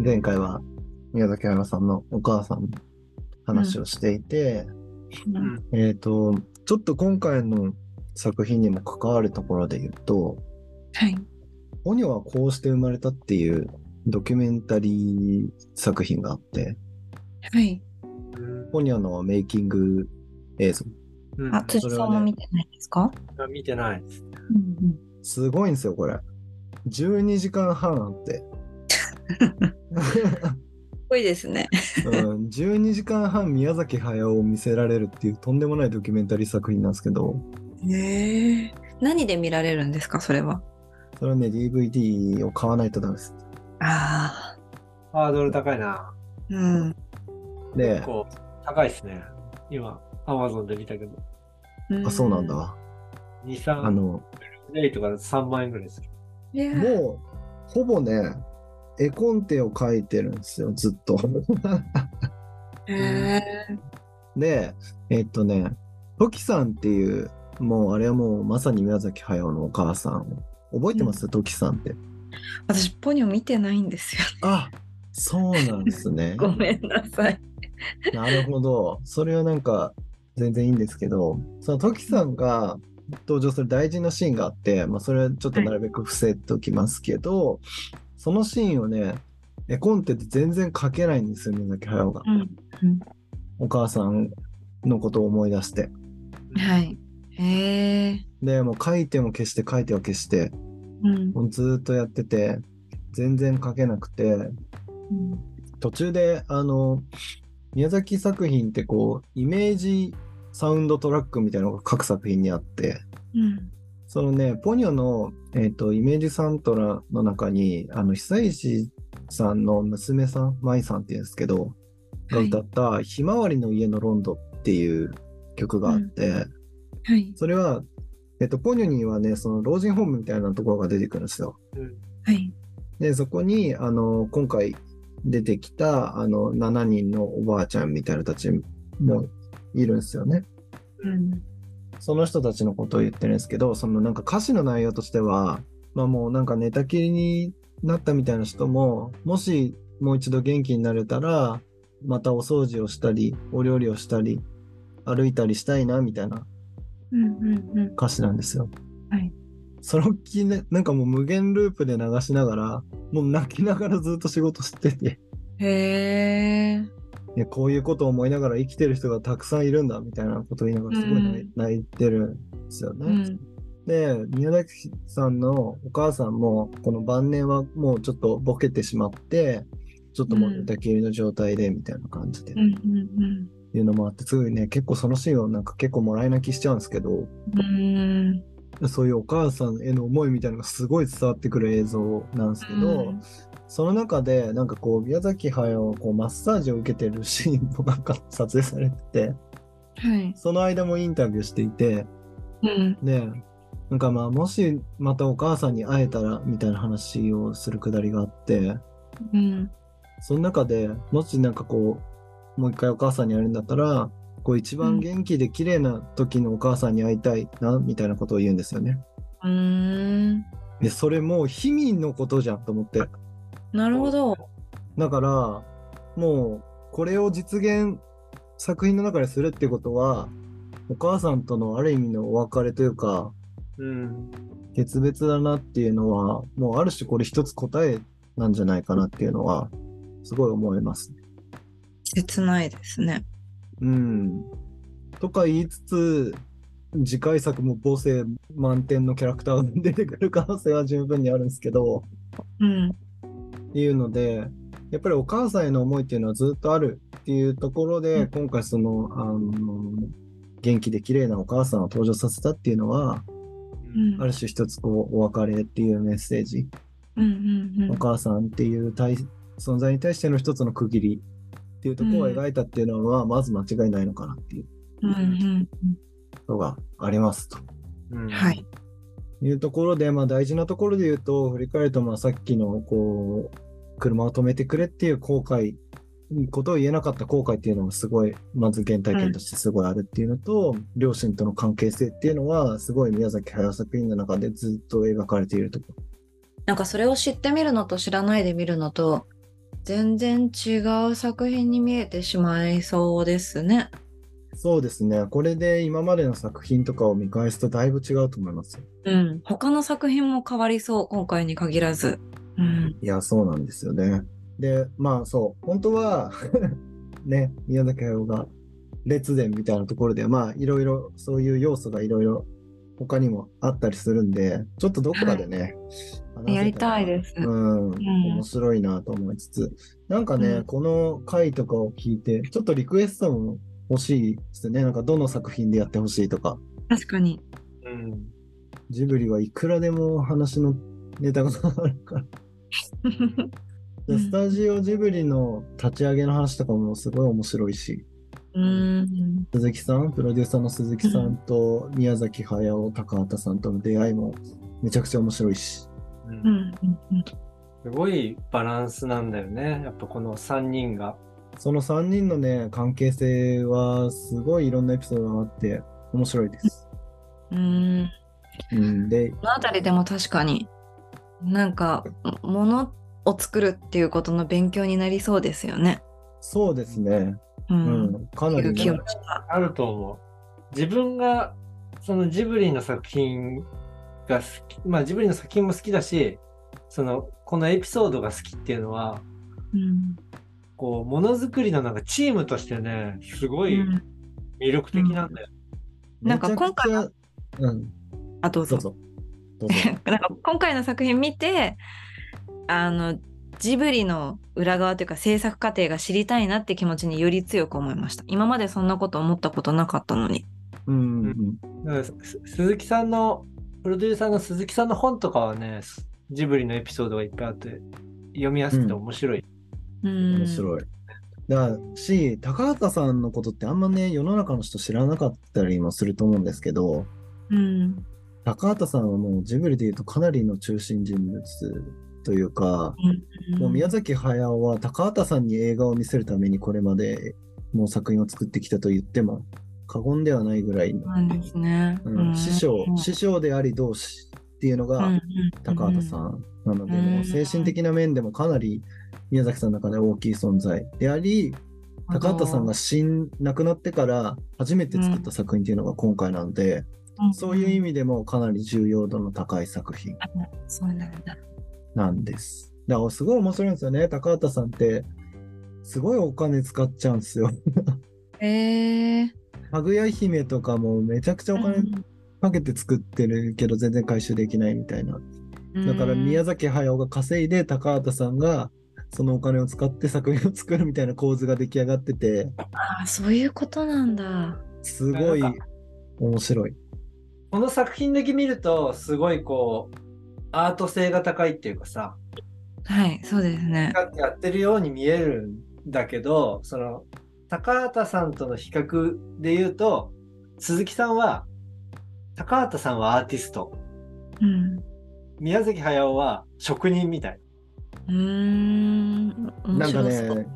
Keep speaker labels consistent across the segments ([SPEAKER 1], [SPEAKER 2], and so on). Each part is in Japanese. [SPEAKER 1] 前回は宮崎駿さんのお母さんの話をしていて、
[SPEAKER 2] うん
[SPEAKER 1] えっ、と、ちょっと今回の作品にも関わるところで言うと、
[SPEAKER 2] はい。
[SPEAKER 1] オニョはこうして生まれたっていうドキュメンタリー作品があって、
[SPEAKER 2] はい。
[SPEAKER 1] オニョのメイキング映像。
[SPEAKER 2] あ、辻
[SPEAKER 1] それ
[SPEAKER 2] さ
[SPEAKER 1] は
[SPEAKER 2] ん
[SPEAKER 1] ね
[SPEAKER 2] も見てないですか、
[SPEAKER 3] あ見てない。
[SPEAKER 2] うん
[SPEAKER 1] すごいんですよ、これ。12時間半あって。
[SPEAKER 2] うん。すごいですね。
[SPEAKER 1] うん、12時間半宮崎駿を見せられるっていうとんでもないドキュメンタリー作品なんですけど、
[SPEAKER 2] へえ。何で見られるんですか、それは。
[SPEAKER 1] それはね、DVD を買わないとダメです。
[SPEAKER 2] ああ。
[SPEAKER 3] ハードル高いな。
[SPEAKER 2] うん。
[SPEAKER 1] で
[SPEAKER 3] 結、構高いっすね。今、アマゾンで見たけど。
[SPEAKER 1] あ、そうなんだ。。わ
[SPEAKER 3] 2、
[SPEAKER 1] あ
[SPEAKER 3] 3、
[SPEAKER 1] の、
[SPEAKER 3] レイとか3万円ぐらいする。
[SPEAKER 2] いやー
[SPEAKER 1] もう、ほぼね、絵コンテを描いてるんですよ、ずっと。
[SPEAKER 2] へえ。
[SPEAKER 1] で、えっとね、トキさんっていう、もうあれはもうまさに宮崎駿のお母さん。覚えてますトキさんって。
[SPEAKER 2] 私、ポニョ見てないんですよ。
[SPEAKER 1] あそうなんです ね。
[SPEAKER 2] ごめんなさい。
[SPEAKER 1] なるほど。それはなんか全然いいんですけど、そのトキさんが登場する大事なシーンがあって、まあ、それはちょっとなるべく伏せときますけど、そのシーンをね、絵コンテで全然描けないんですよ、宮崎駿が。
[SPEAKER 2] うん。
[SPEAKER 1] お母さんのことを思い出して。
[SPEAKER 2] はい。へえ。
[SPEAKER 1] で、もう描いても消して、描いては消して、
[SPEAKER 2] うん。
[SPEAKER 1] もうずーっとやってて、全然描けなくて、途中であの宮崎作品ってこうイメージサウンドトラックみたいなのが各作品にあって
[SPEAKER 2] うん。
[SPEAKER 1] そのねポニョの、えー、とイメージサントラの中にあの久石さんの娘さん舞さんっていうんですけどが歌った「ひまわりの家のロンド」っていう曲があって、
[SPEAKER 2] はい。
[SPEAKER 1] それは、えっとポニョにはねその老人ホームみたいなところが出てくるんですよ。
[SPEAKER 2] はい。
[SPEAKER 1] でそこにあの今回出てきたあの7人のおばあちゃんみたいな人たちもいるんですよね。
[SPEAKER 2] うん。
[SPEAKER 1] その人たちのことを言ってるんですけどそのなんか歌詞の内容としては、まあ、もうなんか寝たきりになったみたいな人ももしもう一度元気になれたらまたお掃除をしたりお料理をしたり歩いたりしたいなみたいな
[SPEAKER 2] うん。うん。うん。
[SPEAKER 1] 歌詞なんですよ。
[SPEAKER 2] はい。
[SPEAKER 1] その気ね、なんかもう無限ループで流しながら、もう泣きながらずっと仕事してて、
[SPEAKER 2] へえ。
[SPEAKER 1] ね、こういうことを思いながら生きてる人がたくさんいるんだみたいなことを言いながらすごい泣い,、
[SPEAKER 2] うん
[SPEAKER 1] 泣いてるんですよね。
[SPEAKER 2] うん。
[SPEAKER 1] で、宮崎さんのお母さんも、この晩年はもうちょっとボケてしまって、ちょっともう寝たきりの状態でみたいな感じで、
[SPEAKER 2] うん。うん。
[SPEAKER 1] いうのもあって、すごいね、結構そのシーンをなんか結構もらい泣きしちゃうんですけど、
[SPEAKER 2] うん。
[SPEAKER 1] そういうお母さんへの思いみたいなのがすごい伝わってくる映像なんですけど、
[SPEAKER 2] うん
[SPEAKER 1] その中でなんかこう宮崎駿がこうマッサージを受けてるシーンもなんか撮影されてて
[SPEAKER 2] はい。
[SPEAKER 1] その間もインタビューしていて
[SPEAKER 2] うん。
[SPEAKER 1] でなんかまあもしまたお母さんに会えたらみたいな話をするくだりがあって
[SPEAKER 2] うん。
[SPEAKER 1] その中でもしなんかこうもう一回お母さんに会えるんだったらこう一番元気で綺麗な時のお母さんに会いたいなみたいなことを言うんですよね。
[SPEAKER 2] うーん。
[SPEAKER 1] でそれもう秘民のことじゃんと思って
[SPEAKER 2] なるほど。
[SPEAKER 1] だからもうこれを実現作品の中でするってことはお母さんとのある意味のお別れというか
[SPEAKER 3] うん。
[SPEAKER 1] 決別だなっていうのはもうある種これ一つ答えなんじゃないかなっていうのはすごい思いますね。
[SPEAKER 2] 切ないですね。
[SPEAKER 1] うん、とか言いつつ次回作も母性満点のキャラクターが出てくる可能性は十分にあるんですけど。
[SPEAKER 2] うん。
[SPEAKER 1] っていうのでやっぱりお母さんへの思いっていうのはずっとあるっていうところで、
[SPEAKER 2] うん
[SPEAKER 1] 今回そのあの元気で綺麗なお母さんを登場させたっていうのは、
[SPEAKER 2] うん。
[SPEAKER 1] ある種一つこうお別れっていうメッセージ、
[SPEAKER 2] うんうん
[SPEAKER 1] お母さんっていう対存在に対しての一つの区切りっていうところを描いたっていうのは、まず間違いないのかなっていう
[SPEAKER 2] うん。うんうん
[SPEAKER 1] のがありますと。
[SPEAKER 3] うん
[SPEAKER 2] うん。はい。
[SPEAKER 1] いうところで、まあ、大事なところで言うと振り返るとまあさっきのこう車を止めてくれっていう後悔ことを言えなかった後悔っていうのがすごいまず原体験としてすごいあるっていうのと、両親との関係性っていうのはすごい宮崎駿作品の中でずっと描かれているとこ
[SPEAKER 2] なんかそれを知ってみるのと知らないで見るのと全然違う作品に見えてしまいそうですね。
[SPEAKER 1] そうですね。これで今までの作品とかを見返すとだいぶ違うと思います。
[SPEAKER 2] うん。他の作品も変わりそう、今回に限らず。うん。
[SPEAKER 1] いや、そうなんですよね。で、まあそう、本当は、 ね、宮崎駿が列伝みたいなところで、まあいろいろそういう要素がいろいろ他にもあったりするんで、ちょっとどっかでね、話せら
[SPEAKER 2] やりたいです
[SPEAKER 1] うん、
[SPEAKER 2] ん
[SPEAKER 1] 面白いなと思いつつ、なんかね、
[SPEAKER 2] うん
[SPEAKER 1] この回とかを聞いて、ちょっとリクエストも欲しいですね。なんかどの作品でやってほしいとか、
[SPEAKER 2] 確か に。
[SPEAKER 3] うん。
[SPEAKER 1] ジブリはいくらでも話のネタがあるから。
[SPEAKER 2] うん
[SPEAKER 1] スタジオジブリの立ち上げの話とかもすごい面白いし、
[SPEAKER 2] うん。
[SPEAKER 1] 鈴木さん、プロデューサーの鈴木さんと宮崎駿、高畑さんとの出会いもめちゃくちゃ面白いし。
[SPEAKER 3] うん
[SPEAKER 2] うん。うんうん。
[SPEAKER 3] すごいバランスなんだよね。やっぱこの3人が。
[SPEAKER 1] その3人のね、関係性はすごいいろんなエピソードがあって面白いです。
[SPEAKER 2] うん。
[SPEAKER 1] うん、で、
[SPEAKER 2] この辺りでも確かになんかものを作るっていうことの勉強になりそうですよね。
[SPEAKER 1] そうですね。う
[SPEAKER 2] う。
[SPEAKER 1] んん、かなり、
[SPEAKER 2] 気
[SPEAKER 1] ね
[SPEAKER 2] を、つけた
[SPEAKER 3] あると思う。自分が、そのジブリの作品が好き、まあジブリの作品も好きだし、その、このエピソードが好きっていうのは、
[SPEAKER 2] うん
[SPEAKER 3] こう、ものづくりのなんかチームとしてね、すごい
[SPEAKER 2] うん
[SPEAKER 3] 魅力的なんだよ。
[SPEAKER 2] なんか今回
[SPEAKER 1] めちゃくちゃ、うん、
[SPEAKER 2] あどう
[SPEAKER 1] ど
[SPEAKER 2] ぞ
[SPEAKER 1] うぞ。どう ぞ。
[SPEAKER 2] なんか今回の作品見てあのジブリの裏側というか制作過程が知りたいなって気持ちにより強く思いました。今までそんなこと思ったことなかったのに。
[SPEAKER 1] うん、うんうん。
[SPEAKER 3] だからす鈴木さんの、プロデューサーの鈴木さんの本とかはね、すジブリのエピソードがいっぱいあって、読みやすくて面白い。
[SPEAKER 2] うん、
[SPEAKER 1] 面白い。だからし、高畑さんのことってあんまね、世の中の人知らなかったりもすると思うんですけど、
[SPEAKER 2] うん
[SPEAKER 1] 高畑さんはもうジブリでいうとかなりの中心人物というか、もう宮崎駿は高畑さんに映画を見せるためにこれまでもう作品を作ってきたと言っても過言ではないぐらいの
[SPEAKER 2] そう、なんですね。
[SPEAKER 1] うん師匠、
[SPEAKER 2] うん
[SPEAKER 1] 師匠であり同士っていうのが、
[SPEAKER 2] うん
[SPEAKER 1] 高畑さんなので、
[SPEAKER 2] うん
[SPEAKER 1] もう精神的な面でもかなり宮崎さんの中で大きい存在であり高畑さんが死ん亡くなってから初めて作った作品っていうのが今回なので、
[SPEAKER 2] うん
[SPEAKER 1] そういう意味でもかなり重要度の高い作品
[SPEAKER 2] そうなんだ。
[SPEAKER 1] なんです。だからすごい面白いんですよね高畑さんってすごいお金使っちゃうんですよ。
[SPEAKER 2] へえ。
[SPEAKER 1] かぐや姫とかもめちゃくちゃお金かけて作ってるけど全然回収できないみたいなだから宮
[SPEAKER 2] 崎
[SPEAKER 1] 崎駿が稼いで高畑さんがそのお金を使って作品を作るみたいな構図が出来上がってて
[SPEAKER 2] あそういうことなんだ。
[SPEAKER 1] すごい
[SPEAKER 3] なん
[SPEAKER 1] 面白い。
[SPEAKER 3] この作品だけ見るとすごいこうアート性が高いっていうかさ
[SPEAKER 2] はい、そうですね。
[SPEAKER 3] やってるように見えるんだけどその高畑さんとの比較で言うと鈴木さんは高畑さんはアーティスト
[SPEAKER 2] うん。
[SPEAKER 3] 宮崎駿は職人みたいう
[SPEAKER 2] ーん。
[SPEAKER 1] な
[SPEAKER 2] 面
[SPEAKER 1] んか
[SPEAKER 2] 白そう。
[SPEAKER 1] ね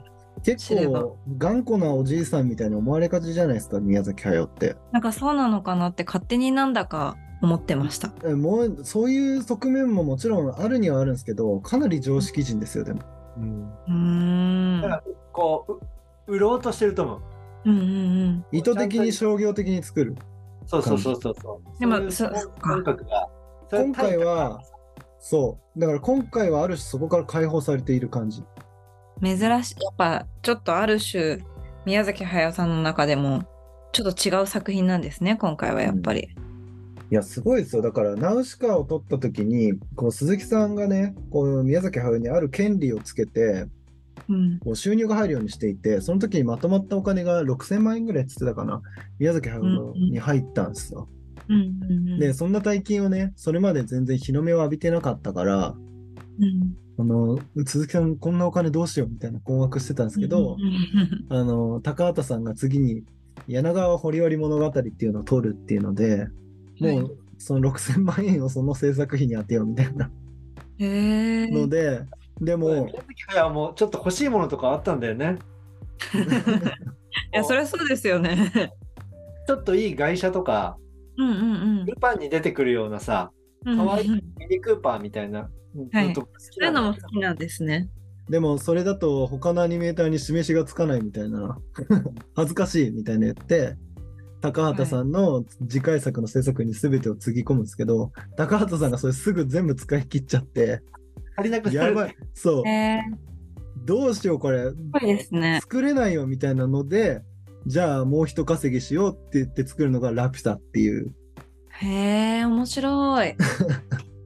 [SPEAKER 1] 結
[SPEAKER 2] 知れば
[SPEAKER 1] 構頑固なおじいさんみたいに思われがちじゃないですか宮崎駿って
[SPEAKER 2] なんかそうなのかなって勝手になんだか思ってました。
[SPEAKER 1] えもうそういう側面ももちろんあるにはあるんですけどかなり常識人ですよでも
[SPEAKER 2] うーん。
[SPEAKER 3] だからこうう売ろうとしてると思う
[SPEAKER 2] うんうん
[SPEAKER 1] 意図的に商業的に作る
[SPEAKER 3] そうそうそうそうそう
[SPEAKER 2] でも
[SPEAKER 3] そ
[SPEAKER 2] そう
[SPEAKER 3] いう
[SPEAKER 2] そっか
[SPEAKER 3] 感覚がそれ
[SPEAKER 1] 今回はそうだから今回はある種そこから解放されている感じ
[SPEAKER 2] うん。珍しい。やっぱちょっとある種、宮崎駿さんの中でも、ちょっと違う作品なんですね、今回はやっぱり。
[SPEAKER 1] いや、すごいですよ。だから、ナウシカを取った時に、こう、鈴木さんがね、こう、宮崎駿にある権利をつけて、
[SPEAKER 2] うん。
[SPEAKER 1] こう収入が入るようにしていて、その時にまとまったお金が6000万円ぐらいって言ってたかな、宮崎駿に入ったんですよ。
[SPEAKER 2] うんうんうん。
[SPEAKER 1] で、そんな大金をね、それまで全然日の目を浴びてなかったから、
[SPEAKER 2] うん、
[SPEAKER 1] あの、鈴木さん、こんなお金どうしようみたいな困惑してたんですけど、
[SPEAKER 2] うんうん
[SPEAKER 1] あの、高畑さんが次に、柳川掘割物語っていうのを取るっていうので、
[SPEAKER 2] うん、
[SPEAKER 1] もう、その6000万円をその制作費に当てようみたいな。
[SPEAKER 2] へえ
[SPEAKER 1] ので、でも、
[SPEAKER 3] 宮崎駿もちょっと欲しいものとかあったんだよね
[SPEAKER 2] いやそれはそうですよね。
[SPEAKER 3] ちょっといい外車とか
[SPEAKER 2] うんうんうん。
[SPEAKER 3] ルパンに出てくるようなさ、可愛い
[SPEAKER 2] うんうんうん
[SPEAKER 3] ミニクーパーみたいなの
[SPEAKER 2] はい
[SPEAKER 3] とか好き
[SPEAKER 2] そうい
[SPEAKER 3] な
[SPEAKER 2] うんの
[SPEAKER 3] だよ
[SPEAKER 2] も好きなんですね。
[SPEAKER 1] でもそれだと他のアニメーターに示しがつかないみたいな 恥ずかしいみたいな言って高畑さんの次回作の制作に全てをつぎ込むんですけど、高畑さんがそれすぐ全部使い切っちゃって
[SPEAKER 3] 足りなくな
[SPEAKER 1] や
[SPEAKER 3] る
[SPEAKER 1] ばいそう
[SPEAKER 2] えー、
[SPEAKER 1] どうしようこれ
[SPEAKER 2] すごいですね。
[SPEAKER 1] 作れないよみたいなのでじゃあもう一稼ぎしようって言って作るのが「ラピュタ」っていう
[SPEAKER 2] へえ、面白 い。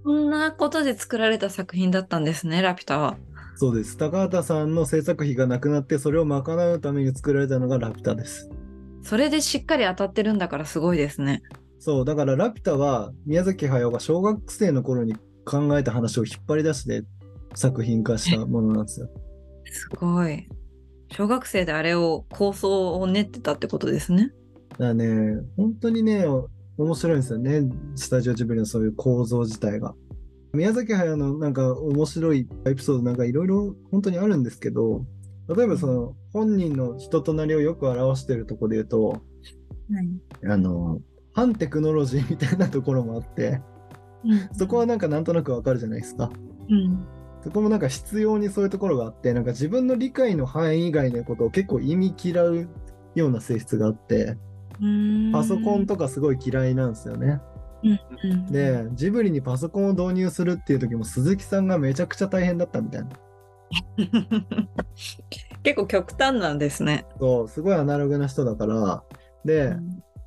[SPEAKER 2] こんなことで作られた作品だったんですね、ラピュタは。
[SPEAKER 1] そうです高畑さんの制作費がなくなってそれを賄うために作られたのが「ラピュタ」です
[SPEAKER 2] それでしっかり当たってるんだからすごいですね。
[SPEAKER 1] そうだから「ラピュタ」は宮崎駿が小学生の頃に考えた話を引っ張り出して作品化したものなんですよ
[SPEAKER 2] すごい。小学生であれを構想を練ってたってことですね。
[SPEAKER 1] だからね本当にね面白いんですよねスタジオジブリのそういう構造自体が宮崎駿のなんか面白いエピソードなんかいろいろ本当にあるんですけど例えばその本人の人となりをよく表してるところで言うと
[SPEAKER 2] はい。
[SPEAKER 1] あの反テクノロジーみたいなところもあってそこはなんかなんとなくわかるじゃないですか
[SPEAKER 2] うん。
[SPEAKER 1] そこもなんか必要にそういうところがあってなんか自分の理解の範囲以外のことを結構意味嫌うような性質があって
[SPEAKER 2] うーん
[SPEAKER 1] パソコンとかすごい嫌いなんですよね、
[SPEAKER 2] うん
[SPEAKER 1] でジブリにパソコンを導入するっていう時も鈴木さんがめちゃくちゃ大変だったみたいな
[SPEAKER 2] 結構極端なんですね。
[SPEAKER 1] そうすごいアナログな人だからで、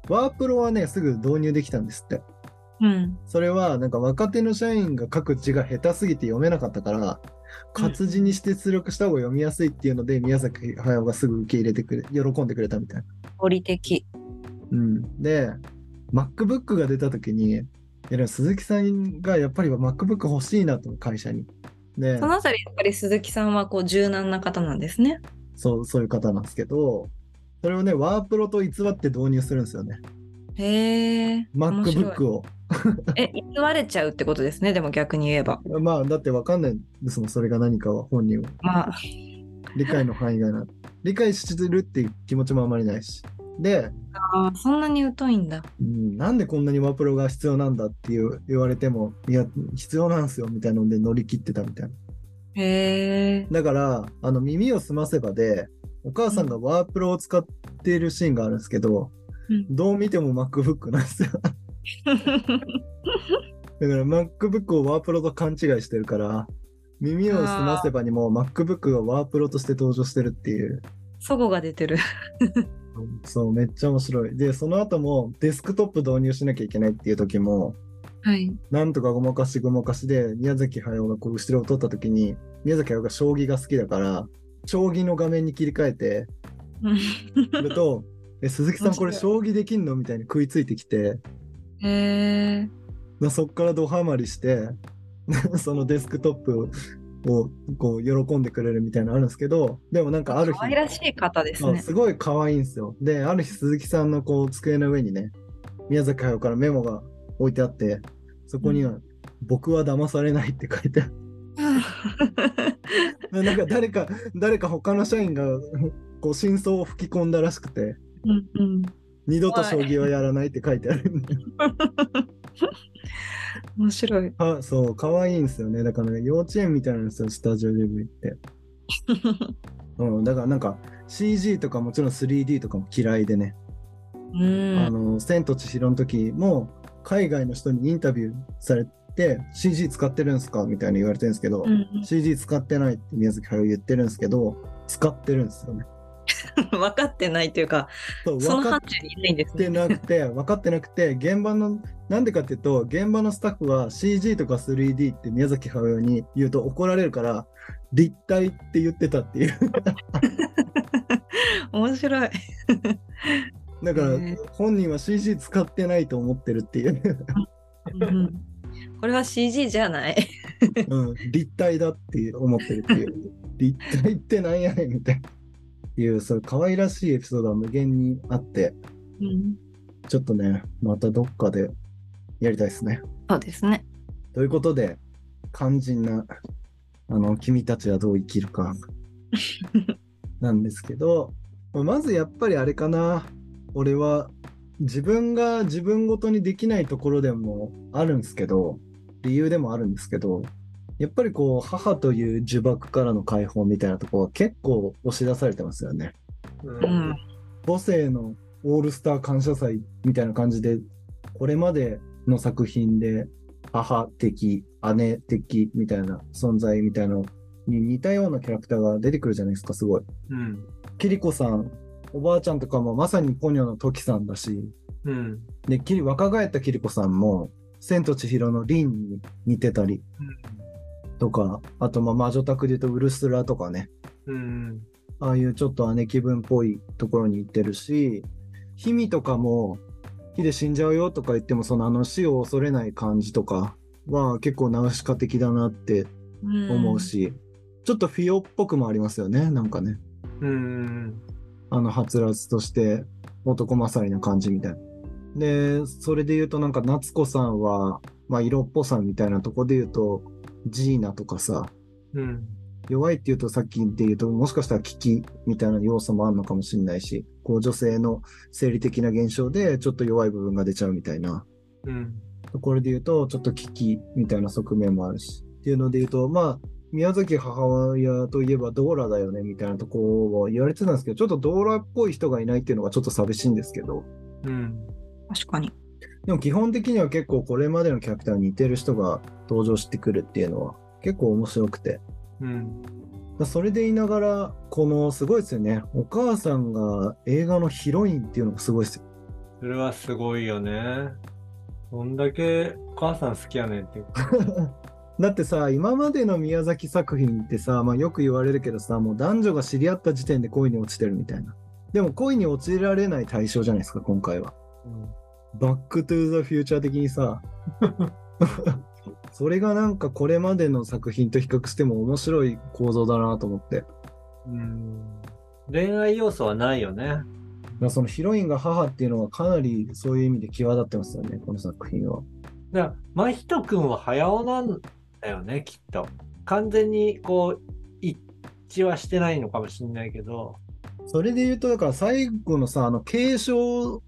[SPEAKER 1] ワープロはねすぐ導入できたんですって
[SPEAKER 2] うん。
[SPEAKER 1] それはなんか若手の社員が書く字が下手すぎて読めなかったから活字にして出力した方が読みやすいっていうので、宮崎駿がすぐ受け入れてくれ喜んでくれたみたいな、
[SPEAKER 2] 合理的。
[SPEAKER 1] うん、で MacBook が出た時にいやでも鈴木さんがやっぱり MacBook 欲しいなと会社にで
[SPEAKER 2] そのあたり、やっぱり鈴木さんはこう柔軟な方なんですね。
[SPEAKER 1] そうそういう方なんですけど、それをね、ワープロと偽って導入するんですよね。
[SPEAKER 2] へえ。面白い
[SPEAKER 1] MacBook を。
[SPEAKER 2] え、偽れちゃうってことですね、でも逆に言えば。
[SPEAKER 1] まあ、だってわかんないですもん、それが何かは本人は。
[SPEAKER 2] まあ、
[SPEAKER 1] 理解の範囲がない。理解してるっていう気持ちもあまりないし。で、
[SPEAKER 2] あーそんなに疎いんだ。
[SPEAKER 1] うん、なんでこんなにワープロが必要なんだっていう言われても、いや、必要なんですよみたいなので乗り切ってたみたいな。
[SPEAKER 2] へえ。
[SPEAKER 1] だから、あの、耳を澄ませばで、お母さんがワープロを使っているシーンがあるんですけど、
[SPEAKER 2] うん
[SPEAKER 1] どう見ても MacBook なんですよ。だから MacBook をワープロと勘違いしてるから耳を澄ませばにも MacBook がワープロとして登場してるっていう
[SPEAKER 2] そごが出てる。
[SPEAKER 1] そうめっちゃ面白いでその後もデスクトップ導入しなきゃいけないっていう時も
[SPEAKER 2] はい。
[SPEAKER 1] なんとかごまかしごまかしで宮崎駿がこう後ろを取った時に宮崎駿が将棋が好きだから将棋の画面に切り替えてると え鈴木さんこれ将棋できんのみたいに食いついてきて
[SPEAKER 2] へえ。
[SPEAKER 1] まあそこからドハマりして そのデスクトップをこう喜んでくれるみたいなのあるんですけどでもなんかある日
[SPEAKER 2] 可愛らしい方です
[SPEAKER 1] そう
[SPEAKER 2] ね。
[SPEAKER 1] すごい可愛いんですよである日鈴木さんのこう机の上にね宮崎駿からメモが置いてあってそこには「僕は騙されない」って書いてある なんか誰か誰か他の社員がこう真相を吹き込んだらしくて
[SPEAKER 2] うんうん。
[SPEAKER 1] 「二度と将棋はやらない」って書いてあるんで
[SPEAKER 2] 面白い。
[SPEAKER 1] あそう可愛いんですよねだから、ね、幼稚園みたいなんですよスタジオジブリって。うん、だからなんか CG とかもちろん 3D とかも嫌いでね「
[SPEAKER 2] う
[SPEAKER 1] あ
[SPEAKER 2] ん。
[SPEAKER 1] の千と千尋」の時も海外の人にインタビューされて「CG 使ってるんすか?」みたいに言われてるんですけど、
[SPEAKER 2] うん
[SPEAKER 1] CG 使ってないって宮崎駿言ってるんですけど使ってるんですよね。
[SPEAKER 2] 分かってないというか、
[SPEAKER 1] そう
[SPEAKER 2] その
[SPEAKER 1] 分か
[SPEAKER 2] 範
[SPEAKER 1] っ
[SPEAKER 2] 疇にいないんです
[SPEAKER 1] て
[SPEAKER 2] ね。
[SPEAKER 1] なくて分かってなくて現場のなんでかっていうと現場のスタッフは CG とか 3D って宮崎駿に言うと怒られるから立体って言ってたっていう。
[SPEAKER 2] 面白い。
[SPEAKER 1] だから
[SPEAKER 2] ね
[SPEAKER 1] 本人は CG 使ってないと思ってるっていう、
[SPEAKER 2] うんこれは CG じゃない。
[SPEAKER 1] うん、立体だって思ってるっていう立体ってなんやねんみたいないうそう可愛らしいエピソードは無限にあって
[SPEAKER 2] うん
[SPEAKER 1] ちょっとねまたどっかでやりたいですね
[SPEAKER 2] そうですね。
[SPEAKER 1] ということで肝心なあの君たちはどう生きるかなんですけどまずやっぱりあれかな俺は自分が自分ごとにできないところでもあるんですけど理由でもあるんですけどやっぱりこう、母という呪縛からの解放みたいなところは結構押し出されてますよね。
[SPEAKER 3] う
[SPEAKER 2] うん。
[SPEAKER 1] 母性のオールスター感謝祭みたいな感じで、これまでの作品で母的、姉的みたいな存在みたいなのに似たようなキャラクターが出てくるじゃないですか、すごい。
[SPEAKER 3] うん。
[SPEAKER 1] キリコさん、おばあちゃんとかもまさにポニョのトキさんだし、
[SPEAKER 3] うん。
[SPEAKER 1] で、キリ若返ったキリコさんも、千と千尋のリンに似てたりとか、あとまあ魔女宅で言うとウルスラとかね、
[SPEAKER 3] うん。
[SPEAKER 1] ああいうちょっと姉貴分っぽいところに行ってるし、ヒミとかも、火で死んじゃうよとか言っても、そのあの死を恐れない感じとかは結構ナウシカ的だなって
[SPEAKER 2] うん
[SPEAKER 1] 思う。し、ちょっとフィオっぽくもありますよね、なんかね。
[SPEAKER 3] うん。
[SPEAKER 1] あの、はつらつとして男勝りな感じみたいな。で、それで言うとなんか夏子さんは、まあ色っぽさみたいなとこで言うと、ジーナとかさ、
[SPEAKER 3] うん。
[SPEAKER 1] 弱いっていうとさっきで言うともしかしたら危機みたいな要素もあるのかもしれないしこう女性の生理的な現象でちょっと弱い部分が出ちゃうみたいな
[SPEAKER 3] うん。
[SPEAKER 1] ところで言うとちょっと危機みたいな側面もあるしっていうので言うとまあ宮崎母親といえばドーラだよねみたいなところを言われてたんですけどちょっとドーラっぽい人がいないっていうのがちょっと寂しいんですけど
[SPEAKER 3] うん。
[SPEAKER 2] 確かに。
[SPEAKER 1] でも基本的には結構これまでのキャラクターに似てる人が登場してくるっていうのは結構面白くて
[SPEAKER 3] うん。
[SPEAKER 1] まあそれでいながら、このすごいですよね。お母さんが映画のヒロインっていうのがすごいですよ。
[SPEAKER 3] それはすごいよね。どんだけお母さん好きやねんっていうか。
[SPEAKER 1] だってさ、今までの宮崎作品ってさ、まあ、よく言われるけどさ、もう男女が知り合った時点で恋に落ちてるみたいな。でも恋に陥られない対象じゃないですか、今回は。バックトゥーザフューチャー的にさ。 それがなんかこれまでの作品と比較しても面白い構造だなと思って。
[SPEAKER 3] うん。恋愛要素はないよね。
[SPEAKER 1] だからそのヒロインが母っていうのはかなりそういう意味で際立ってますよね、この作品は。
[SPEAKER 3] だから、真人くんは早尾なんだよね、きっと。完全にこう、一致はしてないのかもしれないけど。
[SPEAKER 1] それで言うと、だから最後のさ、あの継承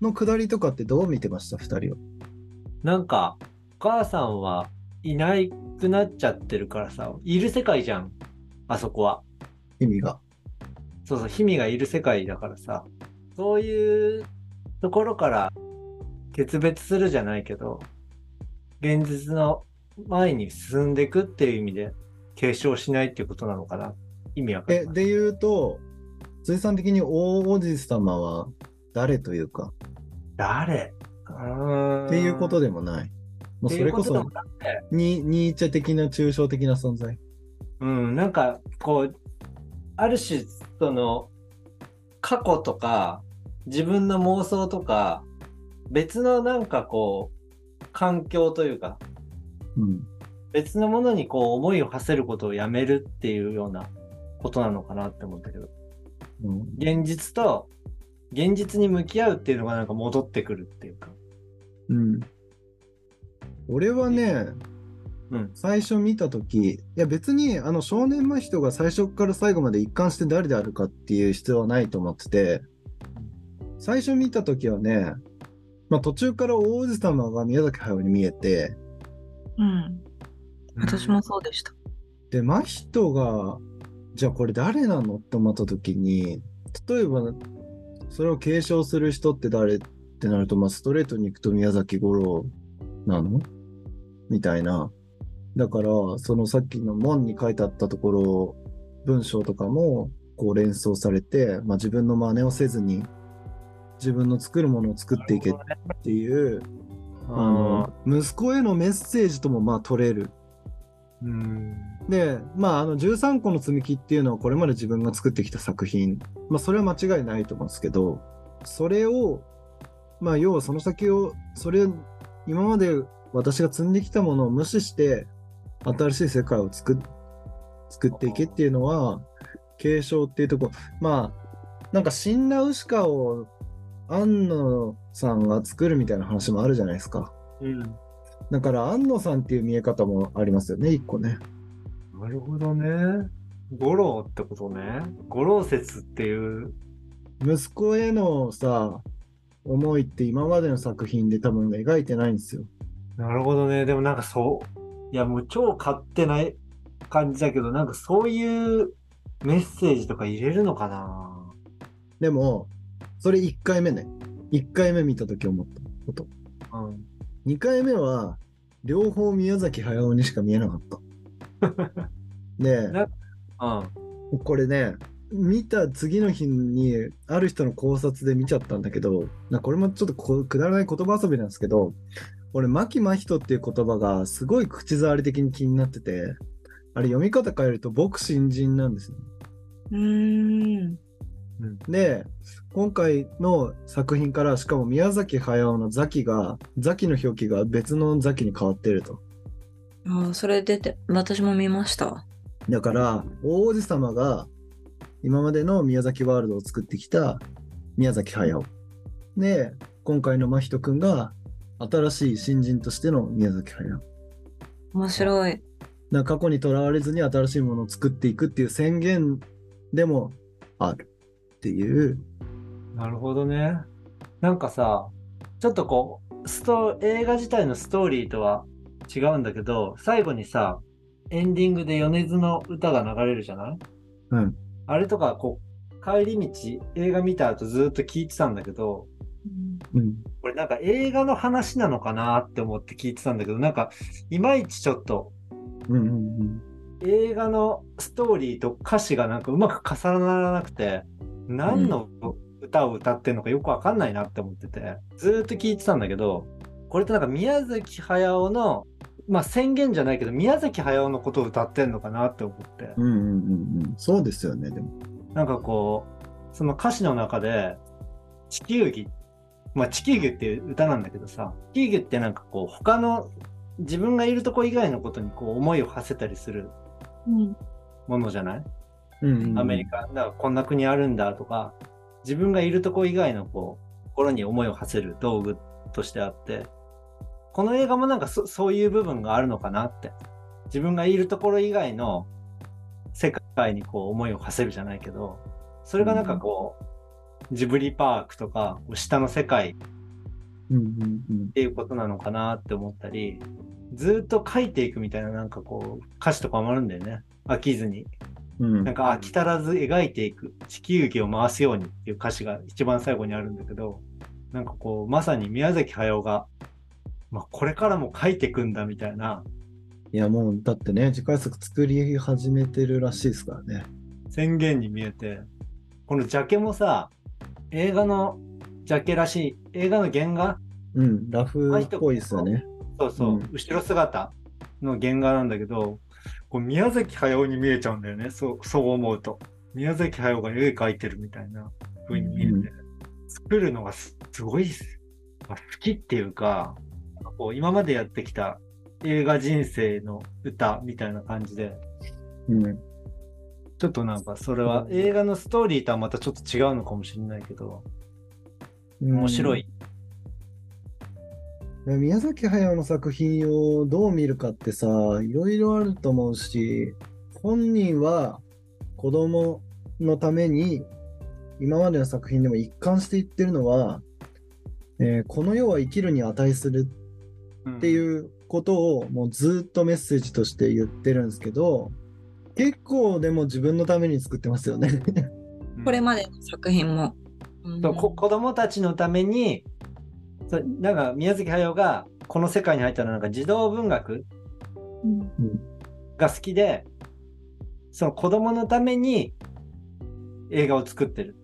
[SPEAKER 1] の下りとかってどう見てました、2人を。
[SPEAKER 3] なんか、お母さんはいなくなっちゃってるからさ、いる世界じゃん、あそこは。
[SPEAKER 1] 意味が。
[SPEAKER 3] そうそう、氷見がいる世界だからさ、そういうところから決別するじゃないけど、現実の前に進んでいくっていう意味で、継承しないっていうことなのかな。意味わか
[SPEAKER 1] え
[SPEAKER 3] る、
[SPEAKER 1] で言うと、辻さん的に大王子様は誰というか、
[SPEAKER 3] 誰っ
[SPEAKER 1] っていうこと
[SPEAKER 3] で、
[SPEAKER 1] でもない。もう
[SPEAKER 3] って
[SPEAKER 1] そ
[SPEAKER 3] い
[SPEAKER 1] れ
[SPEAKER 3] うこ
[SPEAKER 1] こと
[SPEAKER 3] で
[SPEAKER 1] そ
[SPEAKER 3] もな
[SPEAKER 1] ニ、ニーチェ的な抽象的な存在。
[SPEAKER 3] うん、なんかこうある種その過去とか自分の妄想とか別のなんかこう環境というか
[SPEAKER 1] うん。
[SPEAKER 3] 別のものにこう思いを馳せることをやめるっていうようなことなのかなって思ったけど
[SPEAKER 1] うん、
[SPEAKER 3] 現実と現実に向き合うっていうのがなんか戻ってくるっていうか
[SPEAKER 1] うん。俺はね、
[SPEAKER 3] うん
[SPEAKER 1] 最初見たとき、いや別にあの少年真人が最初から最後まで一貫して誰であるかっていう必要はないと思ってて、最初見たときはね、まあ、途中から王子様が宮崎駿に見えて、
[SPEAKER 2] うん。私もそうでした。
[SPEAKER 1] で、真人が、じゃあこれ誰なのって思ったときに、例えば、それを継承する人って誰ってなると、まあ、ストレートに行くと宮崎五郎なのみたいな。だから、そのさっきの門に書いてあったところ、文章とかも、こう連想されて、まあ、自分の真似をせずに、自分の作るものを作っていけっ
[SPEAKER 3] なる
[SPEAKER 1] ていう、
[SPEAKER 3] ほ
[SPEAKER 1] あ
[SPEAKER 3] どね
[SPEAKER 1] の、息子へのメッセージとも、まあ、取れる
[SPEAKER 3] うん
[SPEAKER 1] で、まあ、あの13個の積み木っていうのはこれまで自分が作ってきた作品、まあ、それは間違いないと思うんですけどそれを、まあ、要はその先をそれ今まで私が積んできたものを無視して新しい世界を作っ作っていけっていうのは継承っていうとこまあなんか死んだウシカを庵野さんが作るみたいな話もあるじゃないですか
[SPEAKER 3] うん
[SPEAKER 1] だから庵野さんっていう見え方もありますよね一個ね。
[SPEAKER 3] なるほどね。五郎ってことね。五郎説っていう。
[SPEAKER 1] 息子へのさ思いって今までの作品で多分描いてないんですよ。
[SPEAKER 3] なるほどね。でもなんかそう。いや、もう超勝手な感じだけど、なんかそういうメッセージとか入れるのかな
[SPEAKER 1] でも、それ1回目ね。1回目見た時思ったこと。
[SPEAKER 3] うん。
[SPEAKER 1] 2回目は、両方宮崎駿にしか見えなかった。で、
[SPEAKER 3] うん。
[SPEAKER 1] これね、見た次の日に、ある人の考察で見ちゃったんだけど、なこれもちょっとこくだらない言葉遊びなんですけど、俺、牧真人っていう言葉がすごい口触り的に気になってて、あれ読み方変えると、僕新人なんですよ。
[SPEAKER 2] うーん。
[SPEAKER 1] で今回の作品からしかも宮崎駿の「ザキ」が「ザキ」の表記が別の「ザキ」に変わってると
[SPEAKER 2] ああ、それ出て、私も見ました。
[SPEAKER 1] だから大王子様が今までの宮崎ワールドを作ってきた宮崎駿で今回の真人くんが新しい新人としての宮崎駿
[SPEAKER 2] 面白い。
[SPEAKER 1] な過去にとらわれずに新しいものを作っていくっていう宣言でもあるっていう
[SPEAKER 3] なるほどね。なんかさ、ちょっとこう、スト映画自体のストーリーとは違うんだけど、最後にさ、エンディングで米津の歌が流れるじゃない
[SPEAKER 1] うん。
[SPEAKER 3] あれとか、こう、帰り道、映画見た後ずっと聞いてたんだけど、
[SPEAKER 1] うん
[SPEAKER 3] これなんか映画の話なのかなって思って聞いてたんだけど、なんか、いまいちちょっと
[SPEAKER 1] うんうんうん
[SPEAKER 3] 映画のストーリーと歌詞がなんかうまく重ならなくて何の歌を歌ってるのかよくわかんないなって思っててずーっと聞いてたんだけどこれってなんか宮崎駿のまあ宣言じゃないけど宮崎駿のことを歌ってんのかなって思って
[SPEAKER 1] うんうんうんうんそうですよねでも
[SPEAKER 3] なんかこうその歌詞の中で「地球儀」まあ「地球儀」っていう歌なんだけどさ地球儀ってなんかこう他の自分がいるとこ以外のことにこう思いを馳せたりする
[SPEAKER 2] うん。
[SPEAKER 3] ものじゃない
[SPEAKER 1] うんうん
[SPEAKER 3] アメリカ、だからこんな国あるんだとか、自分がいるとこ以外のこう、心に思いを馳せる道具としてあって、この映画もなんかそそういう部分があるのかなって。自分がいるところ以外の世界にこう思いを馳せるじゃないけど、それがなんかこう、ジブリパークとか、こう下の世界
[SPEAKER 1] うんうんうん
[SPEAKER 3] っていうことなのかなって思ったり、ずーっと書いていくみたいななんかこう、歌詞とかもあるんだよね。飽きずに。
[SPEAKER 1] うん
[SPEAKER 3] なんか飽き足らず描いていく地球儀を回すようにっていう歌詞が一番最後にあるんだけどなんかこうまさに宮崎駿が、まあ、これからも描いていくんだみたいない
[SPEAKER 1] やもうだってね次回作作り始めてるらしいですからね。
[SPEAKER 3] 宣言に見えてこのジャケもさ映画のジャケらしい映画の原画
[SPEAKER 1] うんラフっぽいですよね。
[SPEAKER 3] そうそう、
[SPEAKER 1] うん
[SPEAKER 3] 後ろ姿の原画なんだけどこう宮崎駿に見えちゃうんだよねそうそう思うと宮崎駿が絵描いてるみたいな風に見えて、
[SPEAKER 1] うん
[SPEAKER 3] 作るのがすすごいっす、まあ好きっていうかなんかこう今までやってきた映画人生の歌みたいな感じで
[SPEAKER 1] うん
[SPEAKER 3] ちょっとなんかそれは映画のストーリーとはまたちょっと違うのかもしれないけど面白い。、
[SPEAKER 1] うん宮崎駿の作品をどう見るかってさいろいろあると思うし本人は子供のために今までの作品でも一貫して言ってるのは、えーこの世は生きるに値する
[SPEAKER 3] っ
[SPEAKER 1] っていうことをもうずっとメッセージとして言ってるんですけど結構でも自分のために作ってますよね。
[SPEAKER 2] これまでの作品も。
[SPEAKER 3] そうこ子供たちのためにそうなんか宮崎駿がこの世界に入ったのはなんか児童文学
[SPEAKER 2] うん
[SPEAKER 3] が好きでその子供のために映画を作ってる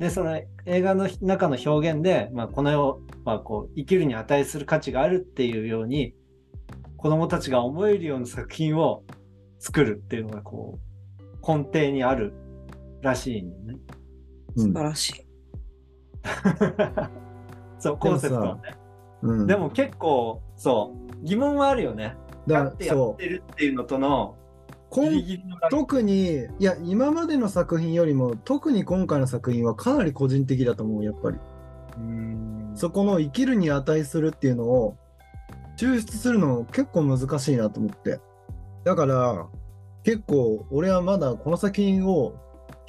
[SPEAKER 3] でその映画の中の表現で、まあ、この世はこう生きるに値する価値があるっていうように子供たちが思えるような作品を作るっていうのがこう根底にあるらしいんだよね。
[SPEAKER 2] 素晴らしい。
[SPEAKER 3] そうコンセプトはね。
[SPEAKER 1] うん
[SPEAKER 3] でも結構そう疑問はあるよね。や
[SPEAKER 1] だ
[SPEAKER 3] ってやっ
[SPEAKER 1] そ
[SPEAKER 3] てるっていうのとの
[SPEAKER 1] う
[SPEAKER 3] ギ
[SPEAKER 1] こ
[SPEAKER 3] リ
[SPEAKER 1] ん
[SPEAKER 3] ギリのライン
[SPEAKER 1] 特にいや今までの作品よりも特に今回の作品はかなり個人的だと思うやっぱり
[SPEAKER 3] うん
[SPEAKER 1] そこの生きるに値するっていうのを抽出するの結構難しいなと思ってだから結構俺はまだこの作品を